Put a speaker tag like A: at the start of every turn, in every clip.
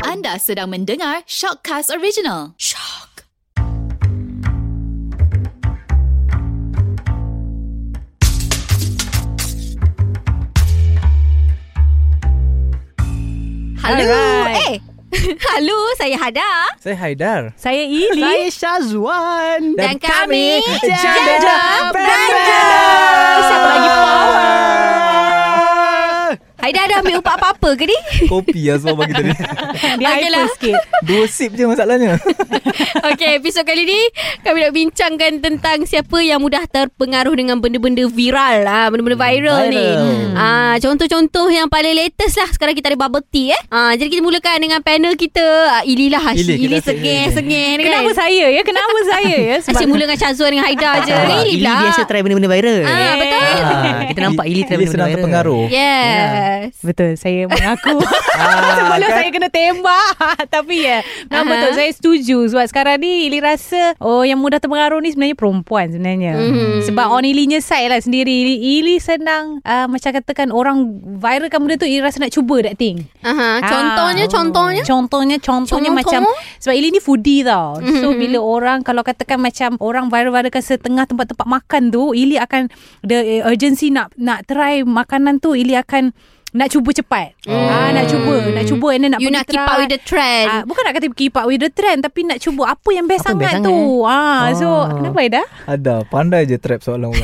A: Anda sedang mendengar Shockcast Original. Shock.
B: Hello.
C: Alright.
B: Eh. Hello, saya Hada.
C: Saya Haidar.
D: Saya Ili.
E: Saya Syazwan
B: Dan kami
E: Janda Belanda.
B: Siapa lagi power? Haida dah ambil upak apa-apa ke ni?
C: Kopi lah semua bagi tadi.
D: Dia
B: Okey
D: okay
B: lah.
D: sikit.
C: Dua sip je masalahnya.
B: Okey, episod kali ni kami nak bincangkan tentang siapa yang mudah terpengaruh dengan benda-benda viral lah, benda-benda viral, ni.
C: Viral.
B: Ah, contoh-contoh yang paling latest lah sekarang kita ada bubble tea eh. Ah, jadi kita mulakan dengan panel kita. Ah, Ili lah Hashim.
C: Ili, kita
B: Ili
C: rasa
B: sengih-sengih ni kan.
D: Kenapa saya ya? Kenapa saya ya?
B: Asyik mula dengan Syazwan dengan Haida je.
E: Ah,
B: Ili
E: Ili
B: pula.
E: biasa try benda-benda viral
B: Ah, betul.
E: Ah, Kita nampak Ili try
C: Ili
E: benda-benda
C: sedang
E: viral
C: terpengaruh.
B: Ya. Yes.
D: Betul, saya mengaku.
C: Ah,
D: Sebelum
C: kan?
D: saya kena tembak. Tapi ya, memang
B: Aha.
D: betul saya setuju. Sebab sekarang ni Ili rasa, oh yang mudah terpengaruh ni sebenarnya perempuan sebenarnya.
B: Mhm.
D: Sebab on Ilinya side lah sendiri. Ili, Ili senang ah, macam katakan orang viralkan benda tu, Ili rasa nak cuba that thing.
B: Aha, contohnya,
D: Ah.
B: contohnya.
D: Contohnya Contohnya
B: Contoh?
D: macam Sebab Ili ni foodie tau So
B: Mhm.
D: bila orang Kalau katakan macam Orang viral-viralkan Setengah tempat-tempat makan tu Ili akan The eh, urgency nak Nak try makanan tu Ili akan Nak cuba cepat
C: Oh.
D: ah, Nak cuba Nak cuba and then nak
B: You
D: pergi
B: nak keep
D: try.
B: up with the trend.
D: Ah, bukan nak kata keep up with the trend Tapi nak cuba Apa yang best
E: Apa yang best
D: sangat tu ah, So
C: Oh.
D: Kenapa Ida?
C: Ada pandai je trap soalan orang.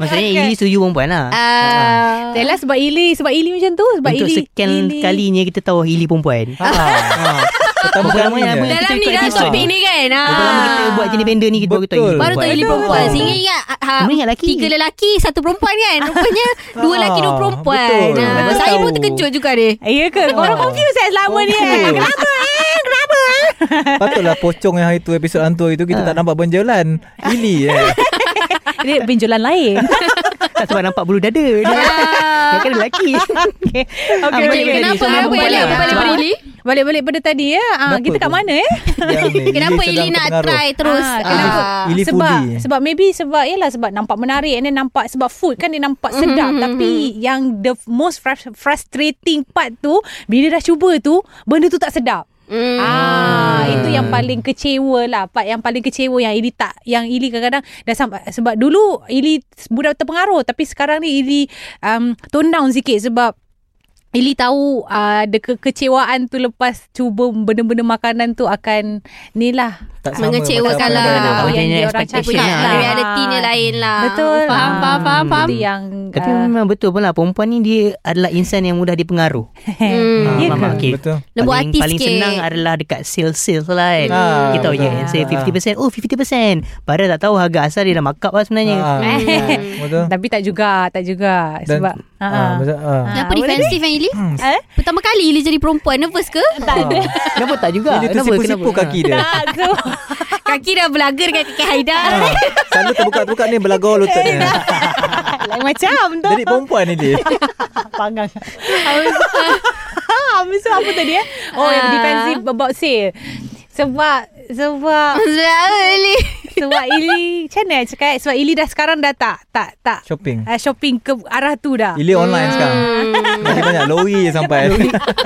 E: Maksudnya Ili setuju perempuan lah
B: Kan? Ah.
D: Yelah sebab Ili Sebab Ili macam tu Sebab
E: Untuk
D: Ili
E: sekian
D: Ili,
E: kalinya kita tahu Ili perempuan
C: Ha. Pertama
E: Berapa lama
C: kali
E: yang
C: ni.
E: apa?
B: Dalam
E: Kita
B: ni
E: ikut
B: dalam
E: episode.
B: topik ni kan. Ah.
E: Berapa lama kita buat jenis benda ni Kita baru tahu
C: Betul.
B: Baru
E: Ili perempuan
B: tu Ili perempuan. Sehingga ingat ah,
E: Kamu ingat lelaki.
B: tiga lelaki, satu perempuan kan. Rupanya dua
C: Ah,
B: lelaki, dua perempuan.
C: betul.
B: Ah,
C: Baru
B: saya
C: tahu.
B: pun terkejut juga deh.
D: Ya ke? Korang
C: Oh.
D: confused eh selama ni eh?
C: Confused.
D: Kenapa eh? Kenapa?
C: Patutlah pocong yang hari tu episod hantu itu kita tak nampak benjolan. Ili eh.
D: Dia benjolan lain
E: Tak sebab nampak bulu dada Dia dia
B: Ah.
E: kan lelaki Ah,
D: Okay, okay,
B: Okay,
D: okay.
B: kenapa?
D: So,
B: Apa
E: lah.
B: yang apa yang
D: balik-
B: Ili?
D: Balik-balik pada tadi ya. Ah,
C: Kenapa
D: kita kat
C: tu?
D: mana eh?
C: Yang ni,
B: Kenapa Ili
C: sedang
B: nak
C: terpengaruh.
B: try terus?
D: Ah,
C: kenapa?
B: Ah.
C: Ili
D: sebab
C: foodie.
D: sebab maybe sebab yalah sebab nampak menarik and then nampak sebab food kan dia nampak sedap
B: Mhm,
D: tapi yang the most frus- frustrating part tu bila dah cuba tu benda tu tak sedap.
B: Hmm.
D: Ah, itu yang paling kecewa lah. Part yang paling kecewa yang Ili tak, yang Ili kadang-kadang dah sampai sebab dulu Ili budak terpengaruh tapi sekarang ni Ili um, tone down sikit sebab Ili tahu uh, ada kekecewaan tu lepas cuba benda-benda makanan tu akan ni lah.
C: Tak sama
B: Mengecewakan
C: macam
B: lah.
C: orang lain.
E: Macam
D: yang
E: ni
D: dia orang
E: expectation
B: Punya
D: cakap
E: lah.
D: lah.
B: realitinya lain lah.
D: Betul.
B: Faham,
D: Ah,
B: faham, faham, faham.
D: Itu yang
E: Tapi
D: ah,
E: memang betul pun lah Perempuan ni dia adalah insan yang mudah dipengaruh
B: Hmm.
E: Ah,
D: Ya
E: faham,
D: ke?
E: faham. Okey.
C: Betul.
B: Lembut
E: paling,
B: hati
E: paling
B: sikit.
E: senang adalah dekat sales-sales lah kan.
C: Ah,
E: kita tahu je
C: betul.
E: saya 50%, oh 50%. Padahal tak tahu harga asal dia dah markup lah sebenarnya.
C: Ah, Betul.
D: Tapi tak juga, tak juga
C: Ah. Dan-
D: sebab
C: Ah,
D: ah.
C: betul. Ah.
B: Kenapa
D: Ah, boleh
B: defensif kan Ili?
D: Eh?
B: Pertama kali Ili jadi perempuan, nervous ke?
E: Kenapa tak juga?
C: Ili tu
E: Kenapa?
C: sipu-sipu
E: Kenapa?
C: kaki dia.
D: Tak tu.
B: Kaki dah belaga dengan kaki Haida.
C: Ah, Selalu terbuka-terbuka ni belagor lutut ni.
D: Lain macam tu.
C: Jadi perempuan ni dia.
E: Ah.
D: Panggang Habis tu apa tadi eh Oh yang
B: Ah.
D: defensive about sale Sebab Sebab
B: Zara Ili.
D: Sebab Ili Macam mana nak cakap Sebab Ili dah sekarang dah tak Tak tak
C: Shopping.
D: uh, Shopping ke arah tu dah
C: Ili online sekarang. Lagi banyak lori je sampai.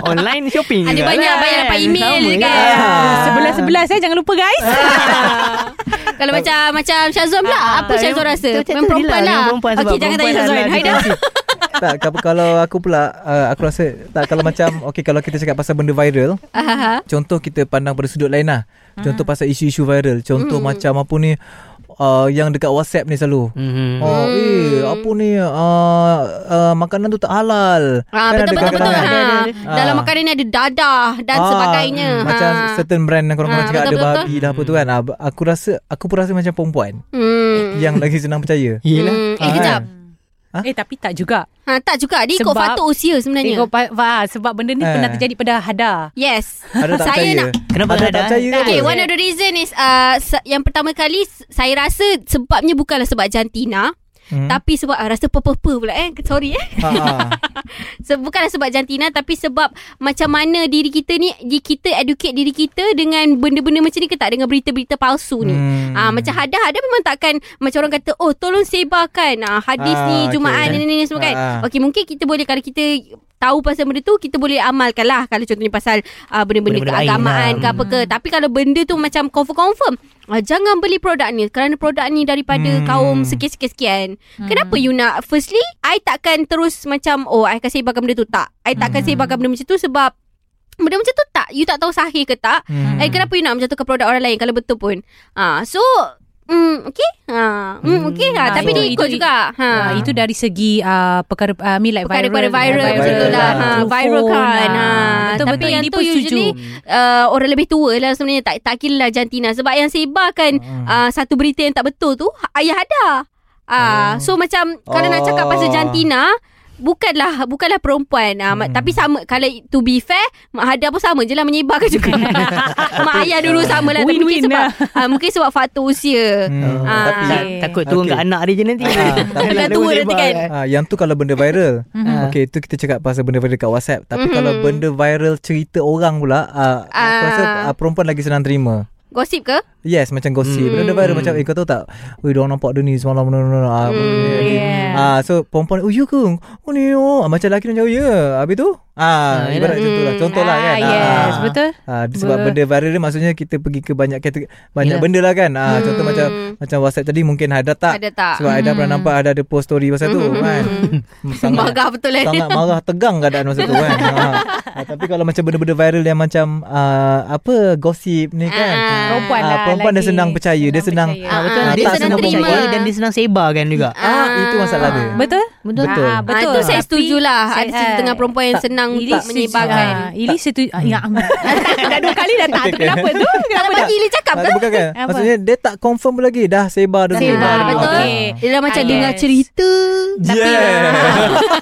E: Online shopping.
B: Ada
E: juga
B: banyak
E: lah.
B: bayar dapat email
E: Sama
B: je
E: kan?
B: kan.
D: Ah, Sebelas-sebelas eh Jangan lupa guys
B: Kalau macam macam Syazwan pula,
C: Ah,
B: apa
E: Tak,
B: Syazwan
E: memang-
B: rasa?
E: tu macam
B: Memang
E: tu Ah, je
B: perempuan lah.
E: memang Perempuan sebab
B: Okey, jangan tanya
E: perempuan lah,
C: lah,
B: Syazwan.
E: adalah
B: Haida.
E: defensif.
C: tak, kap- kalau aku pula, uh, aku rasa, tak, kalau macam, okay, kalau kita cakap pasal benda viral,
B: Aha.
C: contoh kita pandang pada sudut lain lah. Contoh pasal isu-isu viral. Contoh macam apa ni, uh, yang dekat WhatsApp ni selalu.
E: Mhm.
C: Oh,
B: Hmm.
C: eh, apa ni, uh, uh, makanan tu tak halal.
B: Ah,
C: Kan ada
B: betul betul betul.
C: kadang-kadang-
B: Ha.
C: Ah.
B: Dalam makanan ni ada dadah dan
C: Ah,
B: sebagainya. Ha.
C: mm, Macam certain brand yang korang-korang
B: Ah,
C: cakap
B: betul,
C: ada
B: betul,
C: babi dah apa tu kan. Ah, b- Aku rasa, aku pun rasa macam perempuan
B: Hmm.
C: yang lagi senang percaya.
E: Yelah.
B: Hmm. Eh
C: Ah,
B: kejap.
C: Ha?
D: Eh tapi tak juga
B: Ha, tak juga. Dia ikut
D: Sebab-
B: faktor usia sebenarnya.
D: Tengok pa- fa- ah, Sebab benda ni
C: Eh.
D: Pernah terjadi pada Hada
B: Yes.
C: Ada tak
B: saya
C: percaya?
B: nak
E: Kenapa
C: ada
E: ada?
C: tak percaya ke
B: Okay,
C: apa?
B: one of the reason is uh, se- yang pertama kali s- saya rasa sebabnya bukanlah sebab jantina,
C: Hmm.
B: tapi sebab uh, rasa purple pula eh. Sorry eh.
C: Ha, ha.
B: So, bukanlah sebab jantina tapi sebab macam mana diri kita ni di kita educate diri kita dengan benda-benda macam ni ke tak dengan berita-berita palsu ni.
C: Hmm.
B: Ah macam hadah hadah memang takkan macam orang kata oh tolong sebarkan ah, hadis
C: Ah,
B: ni jumaat
C: okey.
B: ni ni ni semua kan.
C: Ah, ah.
B: Okey mungkin kita boleh kalau kita tahu pasal benda tu kita boleh amalkan lah kalau contohnya pasal uh, benda-benda,
E: Benda-benda lain
B: keagamaan
E: lah.
B: ke apa
C: Hmm.
B: ke tapi kalau benda tu macam confirm-confirm uh, jangan beli produk ni kerana produk ni daripada
C: Hmm.
B: hmm. kaum sekian-sekian hmm. kenapa you nak firstly I takkan terus macam oh I akan sebarkan benda tu tak I takkan hmm. sebarkan benda macam tu sebab benda macam tu tak you tak tahu sahih ke tak
C: Hmm.
B: hmm. eh kenapa you nak menjatuhkan produk orang lain kalau betul pun ah so Mm, okay. Ha, mm, okay. Ha,
D: Hmm.
B: tapi
D: So,
B: dia ikut
D: itu-
B: juga. Ha.
D: Ah, itu dari segi ah, perkara uh, ni like
B: Perkara-perkara
D: viral.
B: viral,
C: viral, betul lah.
D: ah,
B: Ha,
D: through
B: viral
D: phone,
B: kan.
D: ah.
B: Ha,
D: Betul
B: tapi
D: betul
B: yang
D: ini
B: tu
D: pun
B: usually
D: setuju.
B: uh, orang lebih tua lah sebenarnya tak tak kira lah jantina sebab yang sebarkan
C: Hmm.
B: uh, satu berita yang tak betul tu ha- ayah ada.
C: Oh.
B: Ah uh, so macam kalau nak cakap
C: Oh.
B: pasal jantina Bukanlah Bukanlah perempuan uh,
C: Hmm.
B: hmm. Tapi sama Kalau to be fair Mak Hada pun sama je lah Menyebarkan juga Mak Ayah dulu sama lah Tapi Mungkin
D: Win-win
B: sebab uh, Mungkin sebab faktor usia
C: Hmm.
E: Oh,
B: Ah.
E: tapi
D: Okay.
E: takut turun
C: Okay.
E: kat anak dia je nanti.
C: Ah, tapi-
B: Akan tua nanti kan.
C: Ah, yang tu kalau benda viral. Ah,
E: Mhm.
C: Okay, itu kita cakap pasal benda viral dekat WhatsApp. Tapi
B: Mhm.
C: kalau benda viral cerita orang pula, ah, aku
B: Ah.
C: rasa ah, perempuan lagi senang terima.
B: Gosip ke?
C: Yes, macam gosip.
E: Hmm.
C: Benda viral macam, eh kau tahu tak? Weh, diorang nampak dia ni semalam. No, no, no. Ah,
B: Hmm,
C: benda ni.
D: yeah.
C: Ah, so perempuan, oh you ke? Oh ni, oh. Ah, Macam lelaki dia jauh, ya. Habis tu? Ah,
E: Ah,
C: ibarat macam
B: yelah.
C: tu lah.
B: Hmm.
C: Contoh lah
D: Ah,
C: kan.
D: yes,
C: Ah.
D: betul.
C: Ah, sebab
D: Ber-
C: benda viral dia maksudnya kita pergi ke banyak kategori, banyak
E: Yelah.
C: benda lah kan. Ah,
B: Hmm.
C: Contoh macam macam WhatsApp tadi mungkin ada tak?
B: Ada tak?
C: Sebab Aida pernah nampak Ada ada post story pasal tu
B: Mhm.
C: kan Sangat
B: Marah betul eh
C: Sangat marah Tegang keadaan masa tu kan ha. Ha, Tapi kalau macam benda-benda viral Yang macam uh, Apa Gosip ni kan
B: Ah.
D: Perempuan
C: Ah,
D: lah
C: perempuan dia
D: lagi.
C: senang percaya, dia senang-
D: percaya.
E: Ah, betul.
B: Ah,
E: dia
C: tak
E: senang
C: semua
E: percaya
B: perempuan.
E: dan dia senang sebarkan juga.
C: Ah, Itu masalah dia
D: Betul?
E: Betul.
C: Betul.
D: Ah,
B: Betul.
D: betul.
B: Ah, tu saya
D: Tapi
B: setuju lah.
D: saya-
B: Ada cerita
D: ah,
B: tengah perempuan yang senang untuk
D: setuju.
B: menyebarkan.
D: Ah, Ili setuju. Ah, ya. dah dua kali dah tak. Tu Kenapa tu?
B: Kenapa tak gila cakap
C: Ah,
B: ke?
C: Bukan kan
D: Apa?
C: Maksudnya dia tak confirm lagi Dah sebar dulu
D: Sebar
C: Ah,
B: Ah,
D: dulu.
B: betul.
D: Okey.
B: Dia dah macam
D: Ah,
B: dengar
D: yes.
B: cerita.
C: Yeah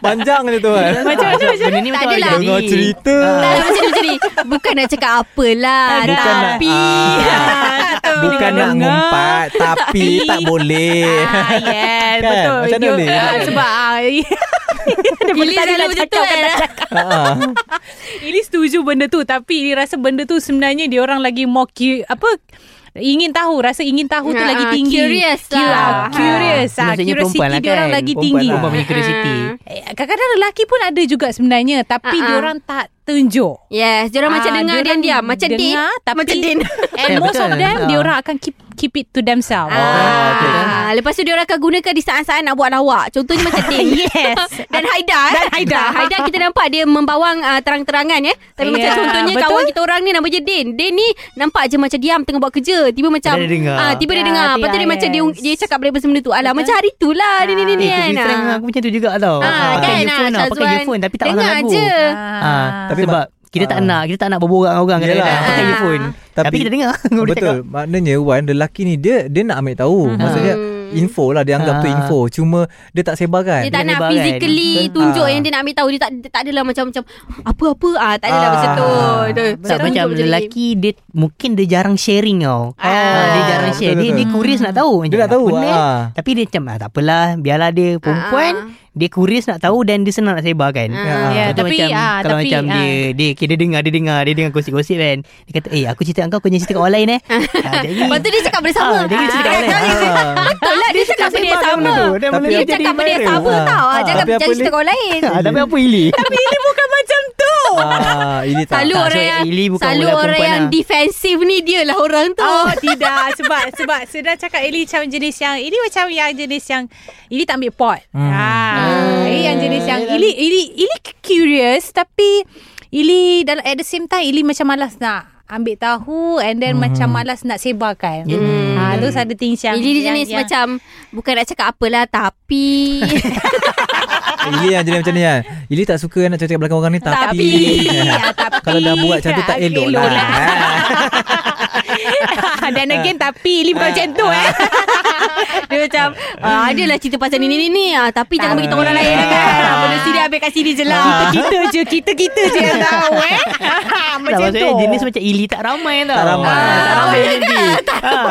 C: Panjang je tu kan
E: Macam macam
B: Tak
E: macam ni
B: lah.
E: macam
B: adalah.
E: jadi.
C: Dengar cerita
B: Tak lah macam ni, macam ni. Bukan nak cakap apalah.
C: Bukan lah. nak-
B: tapi.
D: Ah, tu.
C: Bukan nak
D: Dengar.
C: ngumpat Tapi tak boleh
D: Ah, yes,
C: Kan?
D: betul.
C: Macam mana
D: You-
C: boleh?
D: ah, sebab ah,
B: Ili
D: Ili tadi
B: selalu
D: nak
B: macam tu
D: cakap kan
B: kan.
D: tak
C: Ah,
D: Ili setuju benda tu tapi Ili rasa benda tu sebenarnya dia orang lagi more cu- apa ingin tahu rasa ingin tahu tu
B: Ha,
D: lagi
B: ha,
D: tinggi
B: curious lah.
D: Cu- ah,
B: Ha.
D: curious ah,
E: Maksudnya
D: curiosity
E: perempuan lah
D: dia orang
E: kan.
D: lagi
E: Perempuan
D: tinggi
E: lah. Perempuan punya curiosity.
B: Hmm.
D: Eh, kadang-kadang lelaki pun ada juga sebenarnya tapi
B: Ah, ah.
D: dia orang tak tunjuk
B: Yes, dia orang macam
D: Ah,
B: dengar
D: diorang
B: dan diam. Macam din.
D: dengar, tapi-
B: Macam din.
D: and
E: Eh,
D: most of
E: betul.
D: them
E: Ah.
D: dia orang akan keep keep it to themselves
B: Ah,
C: okey.
B: Lepas tu dia orang akan gunakan di saat-saat nak buat lawak. Contohnya macam Din.
D: Yes.
B: Dan Haida. eh.
D: Dan Haida.
B: Ah, Haida kita nampak dia membawang uh, terang-terangan ya. Tapi yeah, macam
D: Yeah,
B: contohnya
D: betul.
B: betul? kawan kita orang ni nama dia Din. Din ni nampak je macam diam tengah buat kerja. Tiba macam
E: Dia dengar.
B: ah, tiba dia
D: Ya,
B: dengar. Lepas tu dia
D: yes.
B: macam dia dia cakap benda benda tu. Alah macam hari tu lah ni ni ni ni.
E: Eh, to be frank
B: kan.
E: aku macam tu juga tau.
B: Ah,
E: pakai
B: kan,
E: earphone
B: ah,
E: lah, pakai
B: Syazwan.
E: earphone tapi tak
B: Dengar
E: pasang lagu.
B: je.
E: Ah,
C: Tapi
E: tapi sebab kita tak
C: ah.
E: nak, kita tak nak berborak dengan orang kadang-kadang
C: Yelah.
E: pakai
B: Ah.
E: earphone.
C: Tapi-
E: Tapi, kita dengar. orang dia
C: Betul
E: cakap.
C: Maknanya Wan Lelaki ni dia Dia nak ambil tahu
E: Mhm.
C: Maksudnya Info lah Dia anggap tu
E: Ah.
C: info Cuma Dia tak sebarkan
B: Dia tak
E: Dia
B: nak
E: lebar kan.
B: physically tunjuk
C: Ah.
B: yang dia nak ambil tahu. Dia tak dia tak adalah macam-macam apa-apa. Ah, tak adalah
C: Ah.
B: macam tu. Dia- dia
E: Sebab
B: tunjuk
E: macam
B: ni.
E: lelaki dia mungkin dia jarang sharing tau.
B: Ah.
E: Ah, dia jarang
C: Betul,
E: share. Dia,
C: betul.
E: dia curious nak tahu.
C: Dia nak tahu,
E: Apa ni?
C: ah.
E: Tapi dia macam ah, tak apalah, biarlah dia perempuan.
B: Ah.
E: Dia curious nak tahu dan dia senang nak sebarkan.
C: Ah.
D: Ya,
E: Contoh
D: tapi,
E: macam,
D: ah,
E: kalau
D: tapi,
E: macam
D: ah.
E: dia, dia kira dengar, dia dengar, dia dengar gosip-gosip kan. Dia kata, eh aku cerita kat kau, kau jangan cerita kat orang lain eh. ah, jadi,
B: Lepas tu dia cakap benda sama.
E: Ah, dia kena cerita kat orang lain.
C: Ah.
B: Betul lah dia cakap benda yang sama.
C: Tapi
B: Dia
C: apa
B: cakap benda yang sama
C: viral?
B: tau. Ah,
C: Ah,
B: Jangan
C: tapi apa
B: jangan cerita
C: ni?
B: kat orang lain.
E: Ah, tapi apa Ili?
D: bukan macam tu
C: ah, Ini tak
B: Selalu
E: tak,
B: orang
E: so
B: yang
E: Eli bukan
B: selalu
E: orang
B: orang
E: perempuan
B: yang
E: lah.
B: defensif ni dia lah orang tu.
D: Oh tidak Sebab sebab Sudah cakap Ili macam jenis yang Ili macam yang jenis yang Ili tak ambil pot
C: Hmm.
D: hmm.
B: Hmm.
D: ah, Ili yang jenis yang Ili, Ili, Ili curious Tapi Ili dalam at the same time Ili macam malas nak ambil tahu And then
C: Hmm.
D: macam malas nak sebarkan hmm. ah, Those ada things yang
B: Jadi dia
D: yang-
B: jenis
D: yang-
B: macam bukan nak cakap apalah tapi
C: Ili yang jadi macam ni kan Ili tak suka nak cakap belakang orang ni Tapi,
D: Ah, tapi
C: Kalau dah buat macam tu tak elok lah
D: Dan again tapi Ili
C: Ah.
D: bukan macam tu eh
B: dia macam ah, adalah cerita pasal ni ni ni, ni ah, tapi jangan bagi tahu orang lain
C: Ah.
B: kan. Ah, Benda sini ambil kat sini je lah.
D: Kita je Kita-kita je yang tahu eh
E: Tak
D: Macam
E: maksudnya
D: tu
E: jenis macam Ili tak ramai tau
C: Tak ramai.
E: ah, Tak
C: Ah,
E: ramai nanti ah,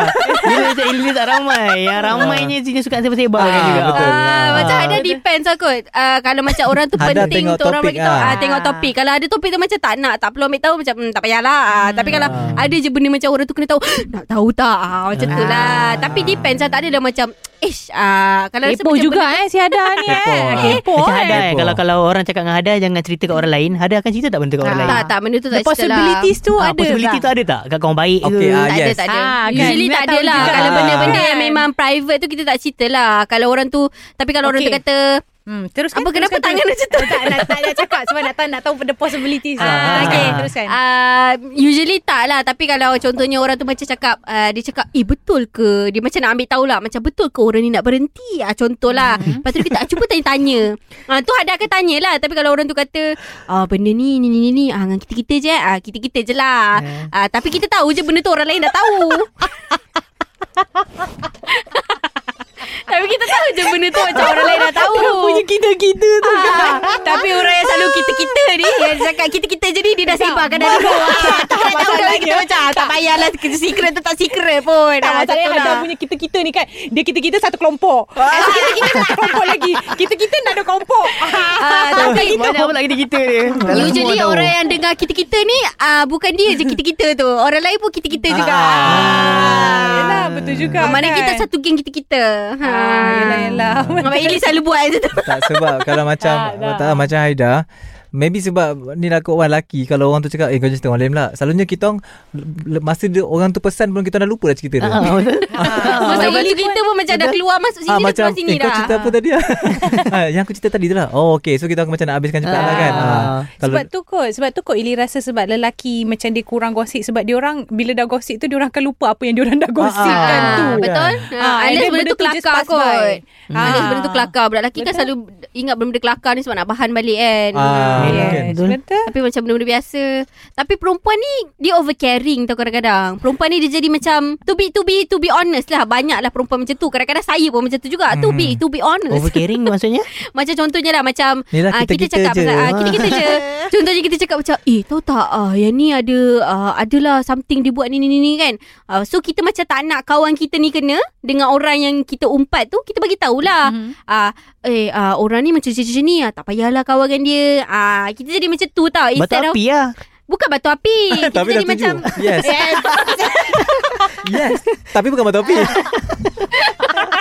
E: Jenis macam Ili tak ramai Yang ramainya jenis suka sebar-sebar kan
C: Ah,
E: juga
C: betul.
B: Ah,
C: Ah.
B: macam ada depends lah kot uh, Kalau macam orang tu
C: Ada
B: penting
C: tengok
B: untuk orang
C: topik,
B: bagi tahu
C: ah.
B: ah. Tengok topik Kalau ada topik tu macam tak nak Tak perlu ambil tahu Macam hmm, tak payahlah ah. Tapi kalau
C: Ah.
B: ada je benda macam orang tu kena tahu Nak tahu tak ah, Macam tu
E: Ah.
B: lah Tapi depends lah Tak ada dah macam Eh ish ah, kalau rasa
D: Kepo
B: macam
D: juga eh si Hada ni
C: Kepo
D: eh.
B: Ah,
C: lah.
D: Kepo
E: Macam
D: eh.
B: kan?
E: Hada eh.
C: Kepo.
E: Kalau kalau orang cakap dengan Hada jangan cerita kat orang lain. Hada akan cerita tak benda kat
D: Ah.
E: orang lain?
B: Tak tak benda tu tak lah.
D: The possibilities tu
E: Ah,
D: ada
E: possibility
D: tak?
E: tu ada tak? Kat kawan baik
C: Okay,
E: ke?
C: ah,
B: tak
C: yes.
B: ada, tak ada.
D: Ah, kan?
B: Usually
D: Nak
B: tak ada
D: tahu
B: lah.
D: juga.
B: Kalau benda-benda
D: Kan?
B: yang memang private tu kita tak cerita lah. Kalau orang tu, tapi kalau orang tu
D: Okay.
B: kata,
D: Hmm, teruskan.
B: apa kenapa
D: teruskan,
B: tangan
D: teruskan. Oh,
B: macam tu?
D: tak nak tak nak cakap sebab nak tahu, nak tahu the possibilities.
E: Ah,
D: Teruskan,
E: okay.
D: Teruskan.
B: Uh, usually tak lah Tapi kalau contohnya orang tu macam cakap uh, Dia cakap Eh betul ke Dia macam nak ambil tahu lah Macam betul ke orang ni nak berhenti ah, Contoh lah Lepas tu kita cuba tanya-tanya ah, Tu ada akan tanya lah Tapi kalau orang tu kata ah, Benda ni ni ni ni, ni ah, Dengan kita-kita je ah, Kita-kita je lah ah, Tapi kita tahu je Benda tu orang lain dah tahu Tapi kita tahu je benda tu Macam orang lain dah tahu
E: Punya kita-kita tu.
B: Ah, tapi orang yang selalu kita-kita ni Yang cakap kita-kita je ni Dia dah sebarkan dah dulu Ah, Tak nak tahu dah kita macam ah, Tak payahlah kerja secret tu tak secret pun
D: Tak
B: Ah,
D: masalah
B: macam tu
D: Hada
B: lah.
D: punya kita-kita ni kan Dia kita-kita satu kelompok Eh, so Kita-kita satu kelompok lagi Kita-kita nak ada kelompok
B: Ah, Tapi
E: Kita apa pula kita-kita dia? Dalam
B: Usually
E: semua tahu.
B: orang yang dengar kita-kita ni ah, Bukan dia je kita-kita tu Orang lain pun kita-kita juga
D: ah, Yelah betul juga
B: Ah, Mana
D: kan?
B: kita satu geng kita-kita Ha.
D: Ah, yelah, yelah.
B: Abang Ili selalu buat macam tu
C: Ah, tak sebab kalau macam
D: Tak,
C: tak, macam Haida Maybe sebab ni lah kau orang lelaki Kalau orang tu cakap Eh kau jangan cerita orang lain pula Selalunya kita orang le- Masa dia orang tu pesan pun Kita dah lupa dah cerita dia
E: Ah, betul.
B: Masa waktu kita pun macam dah keluar Masuk sini
C: Ah,
B: dah
C: macam
B: keluar sini
C: eh,
B: lah.
C: kau
B: dah
C: cerita apa tadi ah, Yang aku cerita tadi tu lah Oh okay So kita akan macam nak habiskan cepat lah kan
E: Ah.
C: ah, kalau,
D: sebab tu kot Sebab tu kot Ili rasa sebab lelaki Macam dia kurang gosip Sebab dia orang Bila dah gosip tu Dia orang akan lupa Apa yang dia orang dah gosipkan
B: Ah,
D: tu
B: Betul ah,
D: and
B: Unless
D: then
B: benda tu
D: just
B: kelakar
D: pass by.
B: kot Ah. Unless benda tu kelakar Budak lelaki
D: Betul.
B: kan selalu Ingat benda kelakar ni Sebab nak bahan balik kan
C: Ah,
D: Yes,
C: Mungkin.
D: Betul
B: Tapi macam benda-benda biasa Tapi perempuan ni Dia overcaring tau kadang-kadang Perempuan ni dia jadi macam To be to be to be honest lah Banyak lah perempuan macam tu Kadang-kadang saya pun macam tu juga To
C: Hmm.
B: be to be honest
E: Overcaring maksudnya?
B: Macam contohnya lah Macam
C: Yelah,
B: ah,
C: kita-kita
B: cakap
C: je.
B: pasal ah, Kita-kita je Contohnya kita cakap macam Eh tahu tak ah, Yang ni ada ah, Adalah something dia buat ni ni ni, ni kan ah, So kita macam tak nak Kawan kita ni kena Dengan orang yang kita umpat tu Kita bagi tahulah
D: Mhm.
B: ah, Eh ah, orang ni macam macam ni ah, Tak payahlah kawan dengan dia ah, Kita jadi macam tu tau
E: Batu
B: Instead of-
E: api lah.
B: Bukan batu api Kita
C: Tapi dah
B: jadi
C: tuju
B: macam
C: Yes
B: Yes.
C: Yes Tapi bukan batu api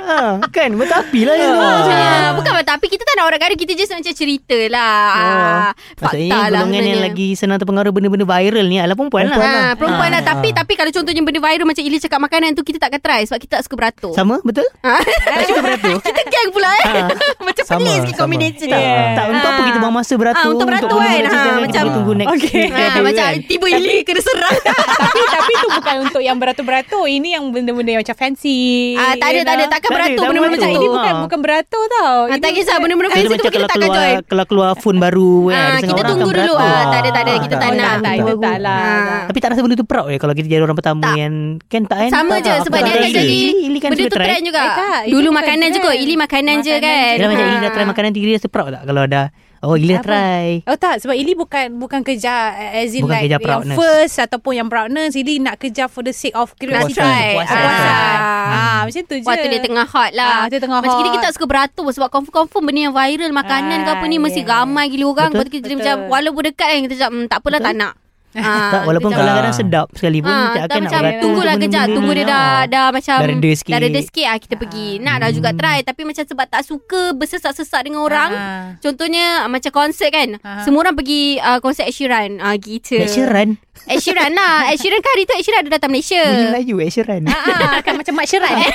E: Ah, kan batu api lah dia.
B: Ah, bukan batu api Kita tak nak orang gaduh Kita just macam cerita lah ah,
E: Oh. Maksudnya
B: Fakta lah
E: golongan yang
B: sebenarnya.
E: lagi senang terpengaruh benda-benda viral ni adalah perempuan lah.
B: Ha, perempuan
E: Ah.
B: lah tapi tapi kalau contohnya benda viral macam Ili cakap makanan tu kita tak akan try sebab kita tak suka beratur.
E: Sama betul?
B: Ah.
E: Tak suka beratur?
B: kita geng pula eh.
E: Ah.
B: macam
C: Sama,
B: pelik sikit
C: sama.
B: combination tu.
E: Tak, tak untuk apa
B: Ah.
E: kita buang masa
B: Ah,
E: beratur
B: untuk beratur
E: benda
B: kan. Ah,
E: macam tu, kita
B: macam-
E: tunggu next
D: Okay.
E: week
B: Ha,
E: ada
B: macam
E: kan.
B: tiba Ili kena serang.
D: tapi tapi tu bukan untuk yang beratur-beratur. Ini yang benda-benda yang macam fancy.
B: ah, tak ada tak ada takkan
E: Tak ada,
B: beratur
E: tak
B: benda-benda
E: beratur.
B: macam
D: Ini
B: tu.
D: bukan
E: Ah.
D: bukan beratur tau.
B: Ah,
D: Ini
B: tak kisah
D: bukan-
B: benda-benda
E: Dia
B: fancy tu
E: macam
B: pun kita
E: kalau
B: tak akan
E: keluar
B: join.
E: Kalau keluar phone baru
B: Ah,
E: kan, ada setengah
B: kita
E: orang akan
B: tunggu dulu.
E: beratur.
B: Ah, tak ada tak ada kita
C: Ah,
B: tak
D: Oh,
B: nak.
D: tak, tak, itu tak lah.
B: Ah.
E: Tapi tak rasa benda tu proud eh Kalau kita jadi orang pertama
B: Tak.
E: yang Kan tak kan
B: Sama
E: Tak,
B: je
E: tak.
B: sebab
E: Aku
B: dia
E: tak
B: akan
E: rasa.
B: jadi
E: Ili- Ili kan
B: benda
E: suka
B: tu
E: try kan
B: trend juga.
D: Eh, tak, itu
B: Dulu
D: bukan
B: makanan je
D: trend.
B: kot. Ili makanan je
D: Makanan
B: kan.
D: je.
E: Yelah macam
B: Ah.
E: Ili dah try makanan Ili rasa proud tak Kalau dah Oh Ili dah
D: Apa?
E: try
D: Oh tak sebab Ili bukan bukan kejar eh, as in
E: Bukan
D: like
E: kejar
D: yang
E: proudness.
D: first ataupun yang proudness Ili nak kejar for the sake of
B: Nak
D: curiosity.
B: try.
E: Puasan.
B: Puasan.
D: Ah, macam tu je.
B: Waktu dia tengah hot lah
D: Ah, dia tengah
B: Macam kita,
D: hot.
B: kita tak suka beratur Sebab confirm-confirm Benda yang viral Makanan
D: Ah,
B: ke apa ni Mesti
D: yeah.
B: ramai gila orang
E: Betul.
B: Lepas tu kita jadi
D: Betul.
B: macam Walaupun dekat kan Kita cakap "Hmm, tak apalah tak nak Ah, kita
E: Tak walaupun
C: kalau-
B: macam-
E: kadang-kadang
C: Ah.
E: sedap sekali pun
B: Ah,
E: Tak
B: tak
E: akan nak
B: macam
E: beratur
B: tunggulah
E: benda-benda
B: kejap
E: ni.
B: Tunggu dia dah
E: Ah.
B: Dah macam
E: Dah reda sikit. Hmm.
B: Dah reda sikit ah, Kita pergi Nak dah juga try Tapi macam sebab tak suka Bersesak-sesak dengan orang
D: Ah.
B: Contohnya ah, Macam konsert kan
D: Ah.
B: Semua orang pergi ah, Konsert Ed Sheeran ah, Gitu
E: Ed Sheeran
B: Ed Sheeran lah Ed Sheeran kan hari tu Ed Sheeran ada datang Malaysia
E: Melayu Melayu Ed Sheeran
D: Ah, kan macam Mak Syarat eh.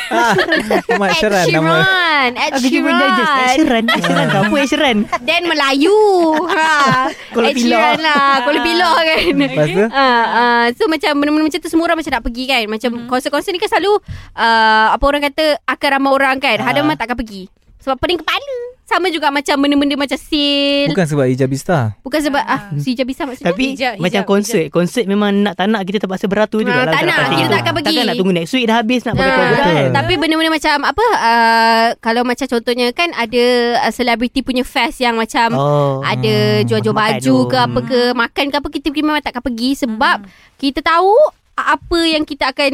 C: Mat Syaran Ah,
B: Ed
C: nama
B: Sheeran Ed
E: Aku cuba digest Ed
B: Sheeran
E: Sheeran Ed Sheeran kau apa Ed Sheeran
B: Dan Melayu ha.
E: Kuala
B: Ed Sheeran lah Kuala Pilah kan
C: Lepas tu
B: Uh, uh, so macam benda-benda macam tu semua orang macam nak pergi kan Macam mm-hmm. konser-konser ni kan selalu uh, Apa orang kata akan ramai orang kan uh. Hada memang takkan pergi Sebab pening kepala Sama juga macam benda-benda macam sale Bukan,
C: Bukan sebab Ijabista
B: Bukan sebab ah, Si Ijah bisa maksudnya
E: Tapi
D: Hijab, hijab,
E: macam konsert Konsert memang nak tak nak Kita terpaksa beratur juga
B: Ah,
E: lah
B: tak nak,
E: parti
B: kita
E: tu.
B: takkan pergi.
E: Takkan nak tunggu next week dah habis Nak pakai
B: Ah,
E: produk
C: betul.
E: kan
B: Tapi benda-benda macam apa uh, Kalau macam contohnya kan Ada uh, selebriti punya fest yang macam
E: Oh
D: Ah,
B: Ada jual-jual
E: Makan
B: baju
E: tu.
B: ke apa ke
D: Hmm.
B: Makan ke apa Kita memang takkan pergi Sebab Kita tahu Apa yang kita akan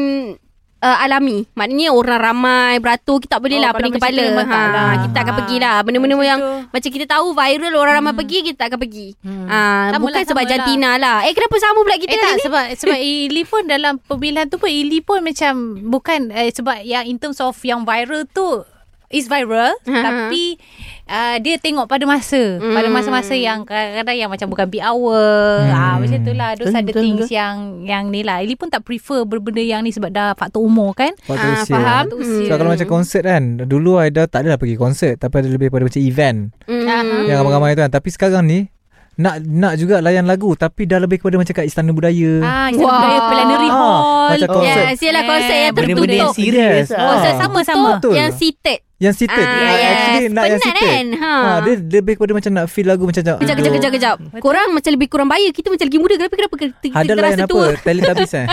B: uh, Alami Maknanya orang ramai Beratur Kita tak boleh
D: Oh,
B: lah
D: kalau
B: Pening
D: macam tu
B: kepala
D: memang tak
B: ha,
D: lah.
B: Kita takkan
D: Ah.
B: pergi lah Benda-benda
D: Macam
B: yang
D: tu. Hmm.
B: Macam kita tahu Viral orang ramai pergi Kita takkan pergi Ah,
D: Sama
B: Bukan
D: lah,
B: sebab
D: sama
B: jantina lah Eh kenapa sama pula kita
D: Eh
B: kali
D: tak
B: ni
D: sebab sebab Ili pun dalam pemilihan tu pun Ili pun macam bukan eh, sebab yang in terms of yang viral tu is viral
B: Ha, ha.
D: tapi uh, dia tengok pada masa
B: Hmm. Hmm.
D: pada masa-masa yang kadang-kadang yang macam bukan peak hour ah macam tu lah those
E: Betul,
D: ada
E: betul,
D: things
E: betul.
D: yang yang ni lah Ili pun tak prefer berbenda yang ni sebab dah faktor umur kan
C: Waktu
B: Ah,
C: usia.
D: faham tu
C: So kalau macam konsert kan Dulu Aida tak adalah pergi konsert Tapi ada lebih pada macam event
B: Mm.
C: Yang ramai-ramai tu kan Tapi sekarang ni nak nak juga layan lagu tapi dah lebih kepada macam kat istana budaya.
D: ah
B: Wah.
D: wow. plenary
C: Ah,
D: hall
C: macam konsert.
B: Yes, ialah konsert yang
E: Benda-benda yang
B: tertutup.
E: serius
C: Yes.
E: ah.
D: konsert sama-sama
C: Betul.
B: Yang seated.
C: Yang seated.
B: Ah,
C: Ah, Actually
B: yes.
C: nak yang
B: Penat
C: seated.
B: kan? Ha.
C: Ha. dia dia lebih kepada macam nak feel lagu macam macam.
B: Kejap, kejap, kejap, kejap. Korang macam lebih kurang bayar. Kita macam lagi muda. Kenapa, kenapa kita, kita
D: lah
C: Ada layan
B: terasa
C: apa?
B: tua?
C: Teletubbies eh.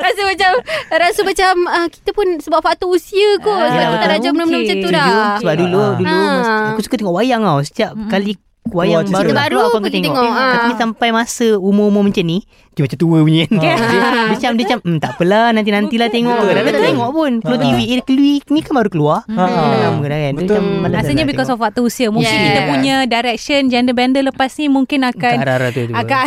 B: rasa macam, rasa macam ah, kita pun sebab faktor usia kot.
D: Ah,
B: sebab kita
E: betul.
B: dah jual benda-benda macam tu
D: Mungkin.
B: dah.
E: Jujur, sebab dulu
C: Ah.
E: dulu
B: Ah.
E: masa- aku suka tengok wayang tau. Setiap kali wayang
C: cerita.
E: baru
C: Cerita
E: nak
B: baru
E: keluar, aku akan
B: pergi
E: tengok.
B: tengok, ah.
E: Tapi sampai masa umur-umur macam ni, dia macam tua punya kan. Dia, dia macam dia macam hmm, tak apalah nanti-nantilah tengok.
C: Betul.
E: Kadang-kadang
C: Betul.
E: tengok pun. Keluar
C: Ah.
E: TV eh, keluar ni kan baru keluar.
D: Hmm.
C: Ha.
E: Lama kan. Dia
C: Betul.
E: macam malas
D: Rasanya
E: nak
D: because
E: tengok.
D: of faktor usia Mungkin
B: Yes.
D: kita punya direction Gender bender lepas ni Mungkin
E: Kat
D: akan
E: arah-arah tu. tu.
D: Agak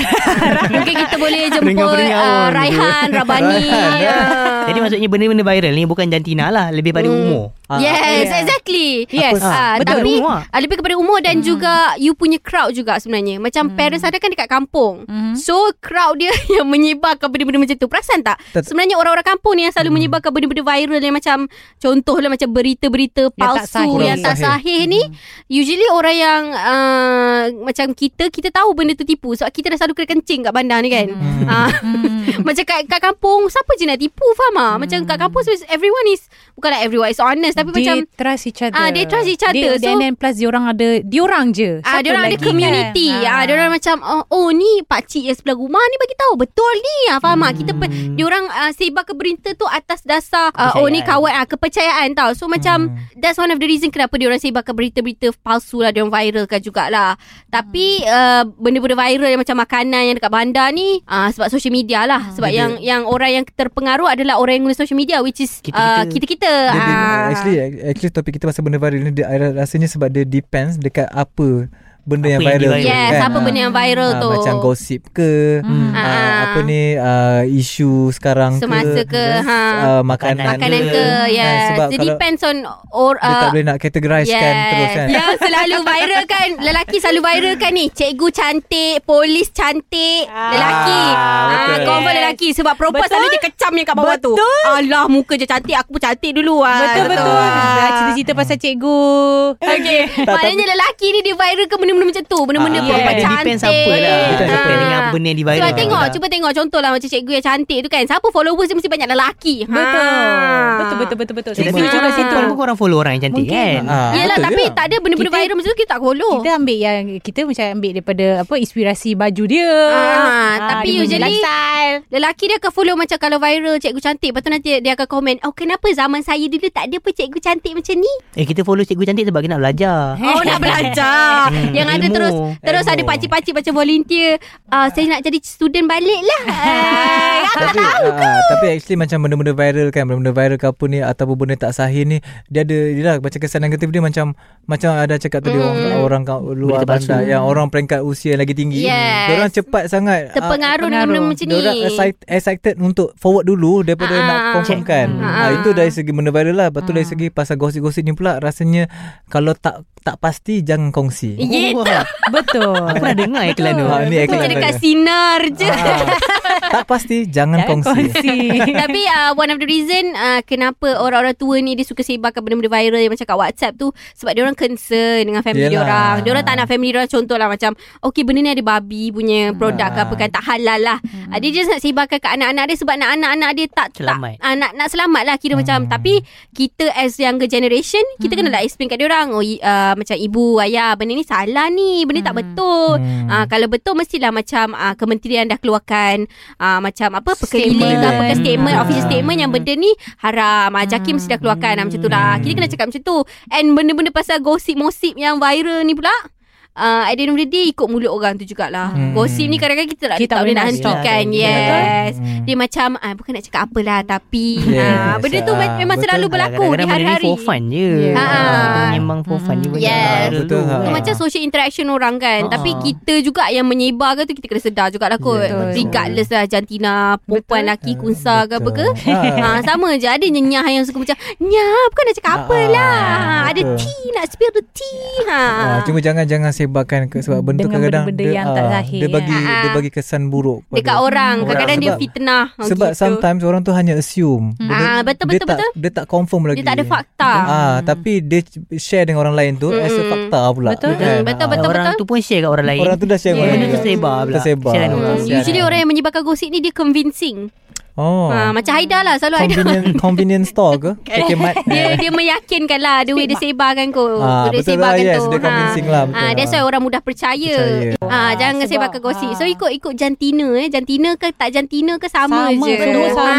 B: Mungkin kita boleh jemput
E: Peringau-peringau
B: ah,
E: orang tu.
B: Raihan, Rabani. Ah.
E: Jadi maksudnya benda-benda viral ni bukan jantina lah. Lebih pada
D: Hmm.
E: umur.
C: Ah,
B: Yes,
D: yeah.
B: exactly.
D: Yes.
B: Ah,
E: Betul.
B: tapi
E: Rumah.
B: ah, lebih kepada umur dan juga you punya crowd juga sebenarnya. Macam parents ada kan dekat kampung.
D: Mhm.
B: So crowd dia yang menyebarkan benda-benda macam tu. Perasan tak?
C: Tak-
B: Sebenarnya orang-orang kampung ni yang selalu menyebarkan benda-benda viral yang macam contohlah macam berita-berita
D: tak
B: palsu
D: sahih.
B: yang tak
C: Kurang
B: sahih ni usually orang yang ah, macam kita kita tahu benda tu tipu sebab kita dah selalu kena kencing kat bandar ni kan. Ah.
D: Hmm.
B: Macam kat, kat kampung Siapa je nak tipu Faham tak hmm. Macam kat kampung so Everyone is Bukanlah everyone is honest Tapi
D: they
B: macam
D: trust each other.
B: Ah, they trust each other.
D: They,
B: So-
D: and then plus diorang ada diorang je.
B: Ah,
D: Siapa
B: dia orang ada
D: lagi
B: community.
D: kan?
C: Ha.
B: Ah, dia orang macam oh, oh ni pak cik yang sebelah rumah ni bagi tahu betul ni. Ah, faham tak? Kita pe-
C: Hmm.
B: dia orang ah, sebar ke berita tu atas dasar ah, oh ni
E: Kepercayaan.
B: kawan ah, kepercayaan tau. So macam
C: Hmm.
B: that's one of the reason kenapa dia orang sebar ke berita-berita palsu lah, dia orang viralkan jugalah. Tapi
C: Hmm.
B: ah, benda-benda viral yang macam makanan yang dekat bandar ni ah, sebab social media
C: Hmm.
B: lah. Sebab
E: Dia-
B: yang yang orang yang terpengaruh adalah orang yang guna social media which is
E: Kita-kita.
B: ah, kita-kita.
C: Dia, dia,
B: Ah.
C: actually actually topik kita pasal benda viral ni dia, I rasanya sebab dia depends dekat apa benda yang
E: Apa yang
C: viral.
E: di-viral.
B: Yes,
C: kan?
B: apa benda yang viral
C: Ah,
B: tu.
C: Macam gosip ke
D: Hmm.
C: ah,
B: Ah.
C: apa ni ah, isu sekarang
B: Semasa ke,
C: ke
B: ha.
C: ah, makanan,
B: makanan
E: Makanan
B: ke
C: Ah,
B: yes
C: sebab
B: Dia uh,
C: kalau
B: depends on or
C: dia tak boleh nak categorize kan terus kan
B: Yang selalu viral kan Lelaki selalu viral kan ni Cikgu cantik Polis cantik Lelaki
E: Ah,
B: ah,
E: betul.
B: Confirm lelaki Sebab perempuan
D: Betul.
B: selalu dia kecam yang kat bawah tu
D: Betul.
B: Alah muka je cantik Aku pun cantik dulu ah.
D: Betul betul. Ah. Cerita-cerita pasal cikgu.
B: Okay Maknanya lelaki ni Dia viral ke benda-benda macam tu Benda-benda
E: Ah,
B: perempuan
E: dia
B: cantik
E: Depends apa lah.
C: Depends
E: Depends
C: apa.
E: dengan apa benda yang diviral.
B: Sebab tengok Cuba tengok contohlah Macam cikgu yang cantik tu kan Siapa followers dia mesti banyak lelaki Ha.
D: Betul. Betul betul betul betul.
E: Tapi
D: Setuju
E: macam
D: kat
E: kat
D: situ.
E: situ
B: Ah.
E: pun korang follow orang yang cantik kan.
C: Ah,
B: Yelah
C: betul
B: tapi
C: je.
B: tak ada benda-benda
D: Kita-
B: viral macam tu Kita tak follow
D: Kita ambil yang kita macam ambil daripada apa inspirasi baju dia.
B: Ah, tapi
D: dia punya
B: usually-
D: lifestyle.
B: Lelaki dia akan follow macam kalau viral cikgu cantik. Lepas tu nanti dia akan komen, oh kenapa zaman saya dulu tak ada pun cikgu cantik macam ni?
E: Eh kita follow cikgu cantik sebab kita nak belajar.
B: Oh nak belajar.
E: Hmm,
B: Yang ada
E: ilmu.
B: terus terus
E: Ilmu.
B: ada pakcik-pakcik macam volunteer. Ah, saya nak jadi student balik lah. Ah,
C: tapi, ah, tapi actually macam benda-benda viral kan Benda-benda viral ke apa ni Ataupun benda tak sahih ni Dia ada dia lah, Macam kesan negatif dia macam Macam ada cakap tadi Orang
B: Mm.
C: orang kat luar
E: Berita palsu.
C: bandar Yang orang peringkat usia yang lagi tinggi
B: Yes.
C: Orang cepat sangat ah,
B: Terpengaruh dengan benda
D: pengaruh.
B: macam ni.
C: Diorang excite- excited untuk forward dulu daripada
B: Ah, Mm.
C: nak
B: ah,
C: confirmkan.
E: check.
C: Ha,
B: Ah,
C: itu dari segi benda viral lah. Lepas tu dari segi pasal gosip-gosip ni pula rasanya kalau tak tak pasti jangan kongsi.
B: Gitu.
E: Wah,
D: Betul.
E: Aku pernah dengar eh, iklan tu.
B: Ah.
C: Ha, ni iklan
B: Macam dekat
C: tadi.
B: sinar je.
C: Ah, tak pasti jangan,
D: Jangan
C: kongsi.
B: Tapi uh, one of the reason uh, kenapa orang-orang tua ni dia suka sebarkan benda-benda viral yang macam kat WhatsApp tu sebab dia orang concern dengan family dia
C: Yelah.
B: orang. Dia orang tak nak family dia orang contohlah macam okey benda ni ada babi punya produk ke apa kan tak halal lah. Hmm. Uh, dia just nak sebarkan kat anak-anak dia sebab nak anak-anak dia tak
E: Selamat.
B: tak uh, nak nak selamat lah kira hmm. macam tapi kita as younger generation kita hmm. kenalah explain kat dia orang oh i- uh, macam ibu ayah benda ni salah ni benda hmm. tak betul. Hmm.
C: Hmm.
B: Uh, kalau betul mestilah macam uh, kementerian dah keluarkan uh, macam apa perkeliling ke
D: Statement.
B: apa ke statement
E: Hmm.
B: official statement yang benda ni haram ah, JAKI mesti dah keluarkan ah, macam tu lah kita kena cakap macam tu and benda-benda pasal gosip-mosip yang viral ni pula uh, at the end of the day ikut mulut orang tu jugalah.
C: Hmm.
B: Hmm. Gosip ni kadang-kadang kita tak,
D: Kita
B: tak
D: tak
B: boleh
D: boleh
B: nak
D: nak stop.
B: hentikan.
E: Betul.
B: Yes.
C: Hmm.
B: Dia macam ah, bukan nak cakap apalah tapi
C: Yes.
B: ah, benda tu
C: Ah,
B: memang
C: betul.
B: selalu berlaku di
E: lah. Kadang-kadang benda ni
B: hari-hari.
E: for fun je
D: Yeah.
E: Ah,
B: Ah.
E: Memang for fun je benda
B: Yes.
E: tu. Viral
C: Betul,
E: tu,
C: ha.
B: Tu
E: kan.
B: macam social interaction orang kan
C: Ah.
E: Ha.
B: Tapi kita juga yang menyebar ke tu Kita kena sedar jugalah kot
C: Yeah,
D: betul.
B: Regardless lah jantina Perempuan
D: Betul.
B: lelaki kunsa ke apa ke
C: Betul.
B: ha, Sama je Ada nyenyah yang suka macam Nyah bukan nak cakap
C: Ah,
B: apa lah
C: betul.
B: Ada tea nak spill the tea ha.
C: Ah, cuma jangan jangan sebarkan ke, sebab benda
D: Dengan
C: kadang-kadang
D: benda-benda yang
C: ah,
D: tak zahir,
C: dia bagi
B: eh.
C: dia bagi kesan buruk pada-
B: Dekat orang
C: orang.
B: Kadang-kadang dia
C: Sebab-
B: fitnah Ah,
C: sebab
B: gitu.
C: sometimes orang tu hanya assume.
B: Ah, betul,
C: dia
B: betul,
C: tak,
B: betul.
C: Dia tak confirm lagi.
B: Dia tak ada fakta Hmm.
C: Ah, tapi dia share dengan orang lain tu as a
B: Mm-mm.
C: fakta pula.
D: Betul.
C: kan?
B: Betul, Ya,
C: Ah,
B: betul.
E: Orang tu pun share kat orang lain
C: Orang tu dah share
E: Benda
C: dengan
E: tu
C: orang lain.
E: tersebar pula
C: Tersebar.
E: Siaran orang
B: Hmm,
E: siaran.
B: Usually orang yang menyebarkan gosip ni Dia convincing
C: eh. Oh.
B: ha, Macam Haida lah Selalu Haida
C: Convenient convenience store ke? KK Mart.
B: dia dia meyakinkan lah the way dia sebarkan kot.
C: Ah,
B: dia
C: betul lah,
B: sebarkan
C: yes,
B: tu.
C: dia convincing lah, betul.
B: Ah, that's why orang mudah percaya.
C: Percaya.
B: Ah,
D: sebab-
B: jangan sebarkan gosip. So
D: ah.
B: ikut-ikut jantina eh, jantina ke tak jantina ke sama,
D: Sama,
B: je. Ah,
D: betul, sama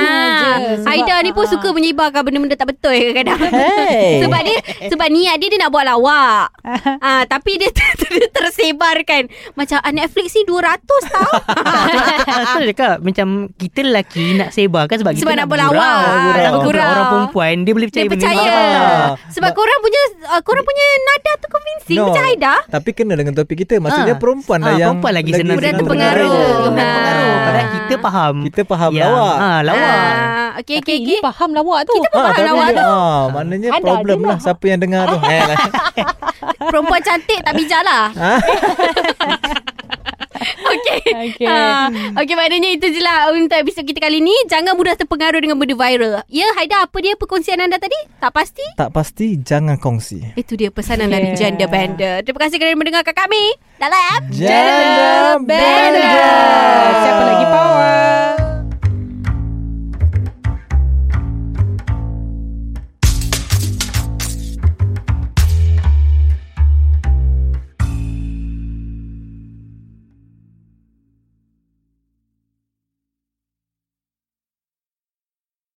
D: je. Sebab-
B: Aida ni pun
D: ah.
B: suka menyebarkan benda-benda tak betul kadang.
C: Hey.
B: sebab dia sebab niat dia dia nak buat lawak. ah, tapi dia, ter- ter- tersebarkan. Macam ah, Netflix ni 200 tau.
E: Aku cakap Macam kita lelaki Nak sebar kan Sebab,
B: Sebab
E: kita
B: nak berlawan,
E: gurau.
B: nak
E: Tapi
B: bergurau.
E: Orang perempuan Dia boleh percaya
B: Dia
E: benda ni.
B: percaya
C: Ah.
B: Sebab korang punya uh, Korang punya nada tu convincing Macam Haida
C: Tapi kena dengan topik kita. Maksudnya
E: Ah.
C: perempuan lah
E: Ah,
C: yang
E: perempuan lagi senang
B: Mudah
E: senang
B: terpengaruh.
E: Mudah
B: Ah.
E: terpengaruh Padahal kita faham
C: Kita faham
E: yang-
C: lawak.
E: ah, Lawak
B: Ah, okay, okay,
D: Tapi
B: okay.
D: Ili faham lawak tu Kita
C: Ah, tapi
B: lawak
C: dia, ah, maknanya
D: Ada,
C: problem
D: ada
C: lah
D: lah.
C: siapa yang dengar tu. Eh, lah.
B: Perempuan cantik tak bijak lah.
C: Ah.
B: okay.
D: Okay.
B: Ah, okay, maknanya itu je lah untuk episod kita kali ni. Jangan mudah terpengaruh dengan benda viral. Ya, Haida, apa dia perkongsian anda tadi? Tak pasti?
C: tak pasti jangan kongsi.
B: Itu dia pesanan yeah. dari
D: Yeah.
B: Gender Bender. Terima kasih kerana mendengarkan kami dalam
C: Gender Bender.
D: Siapa lagi power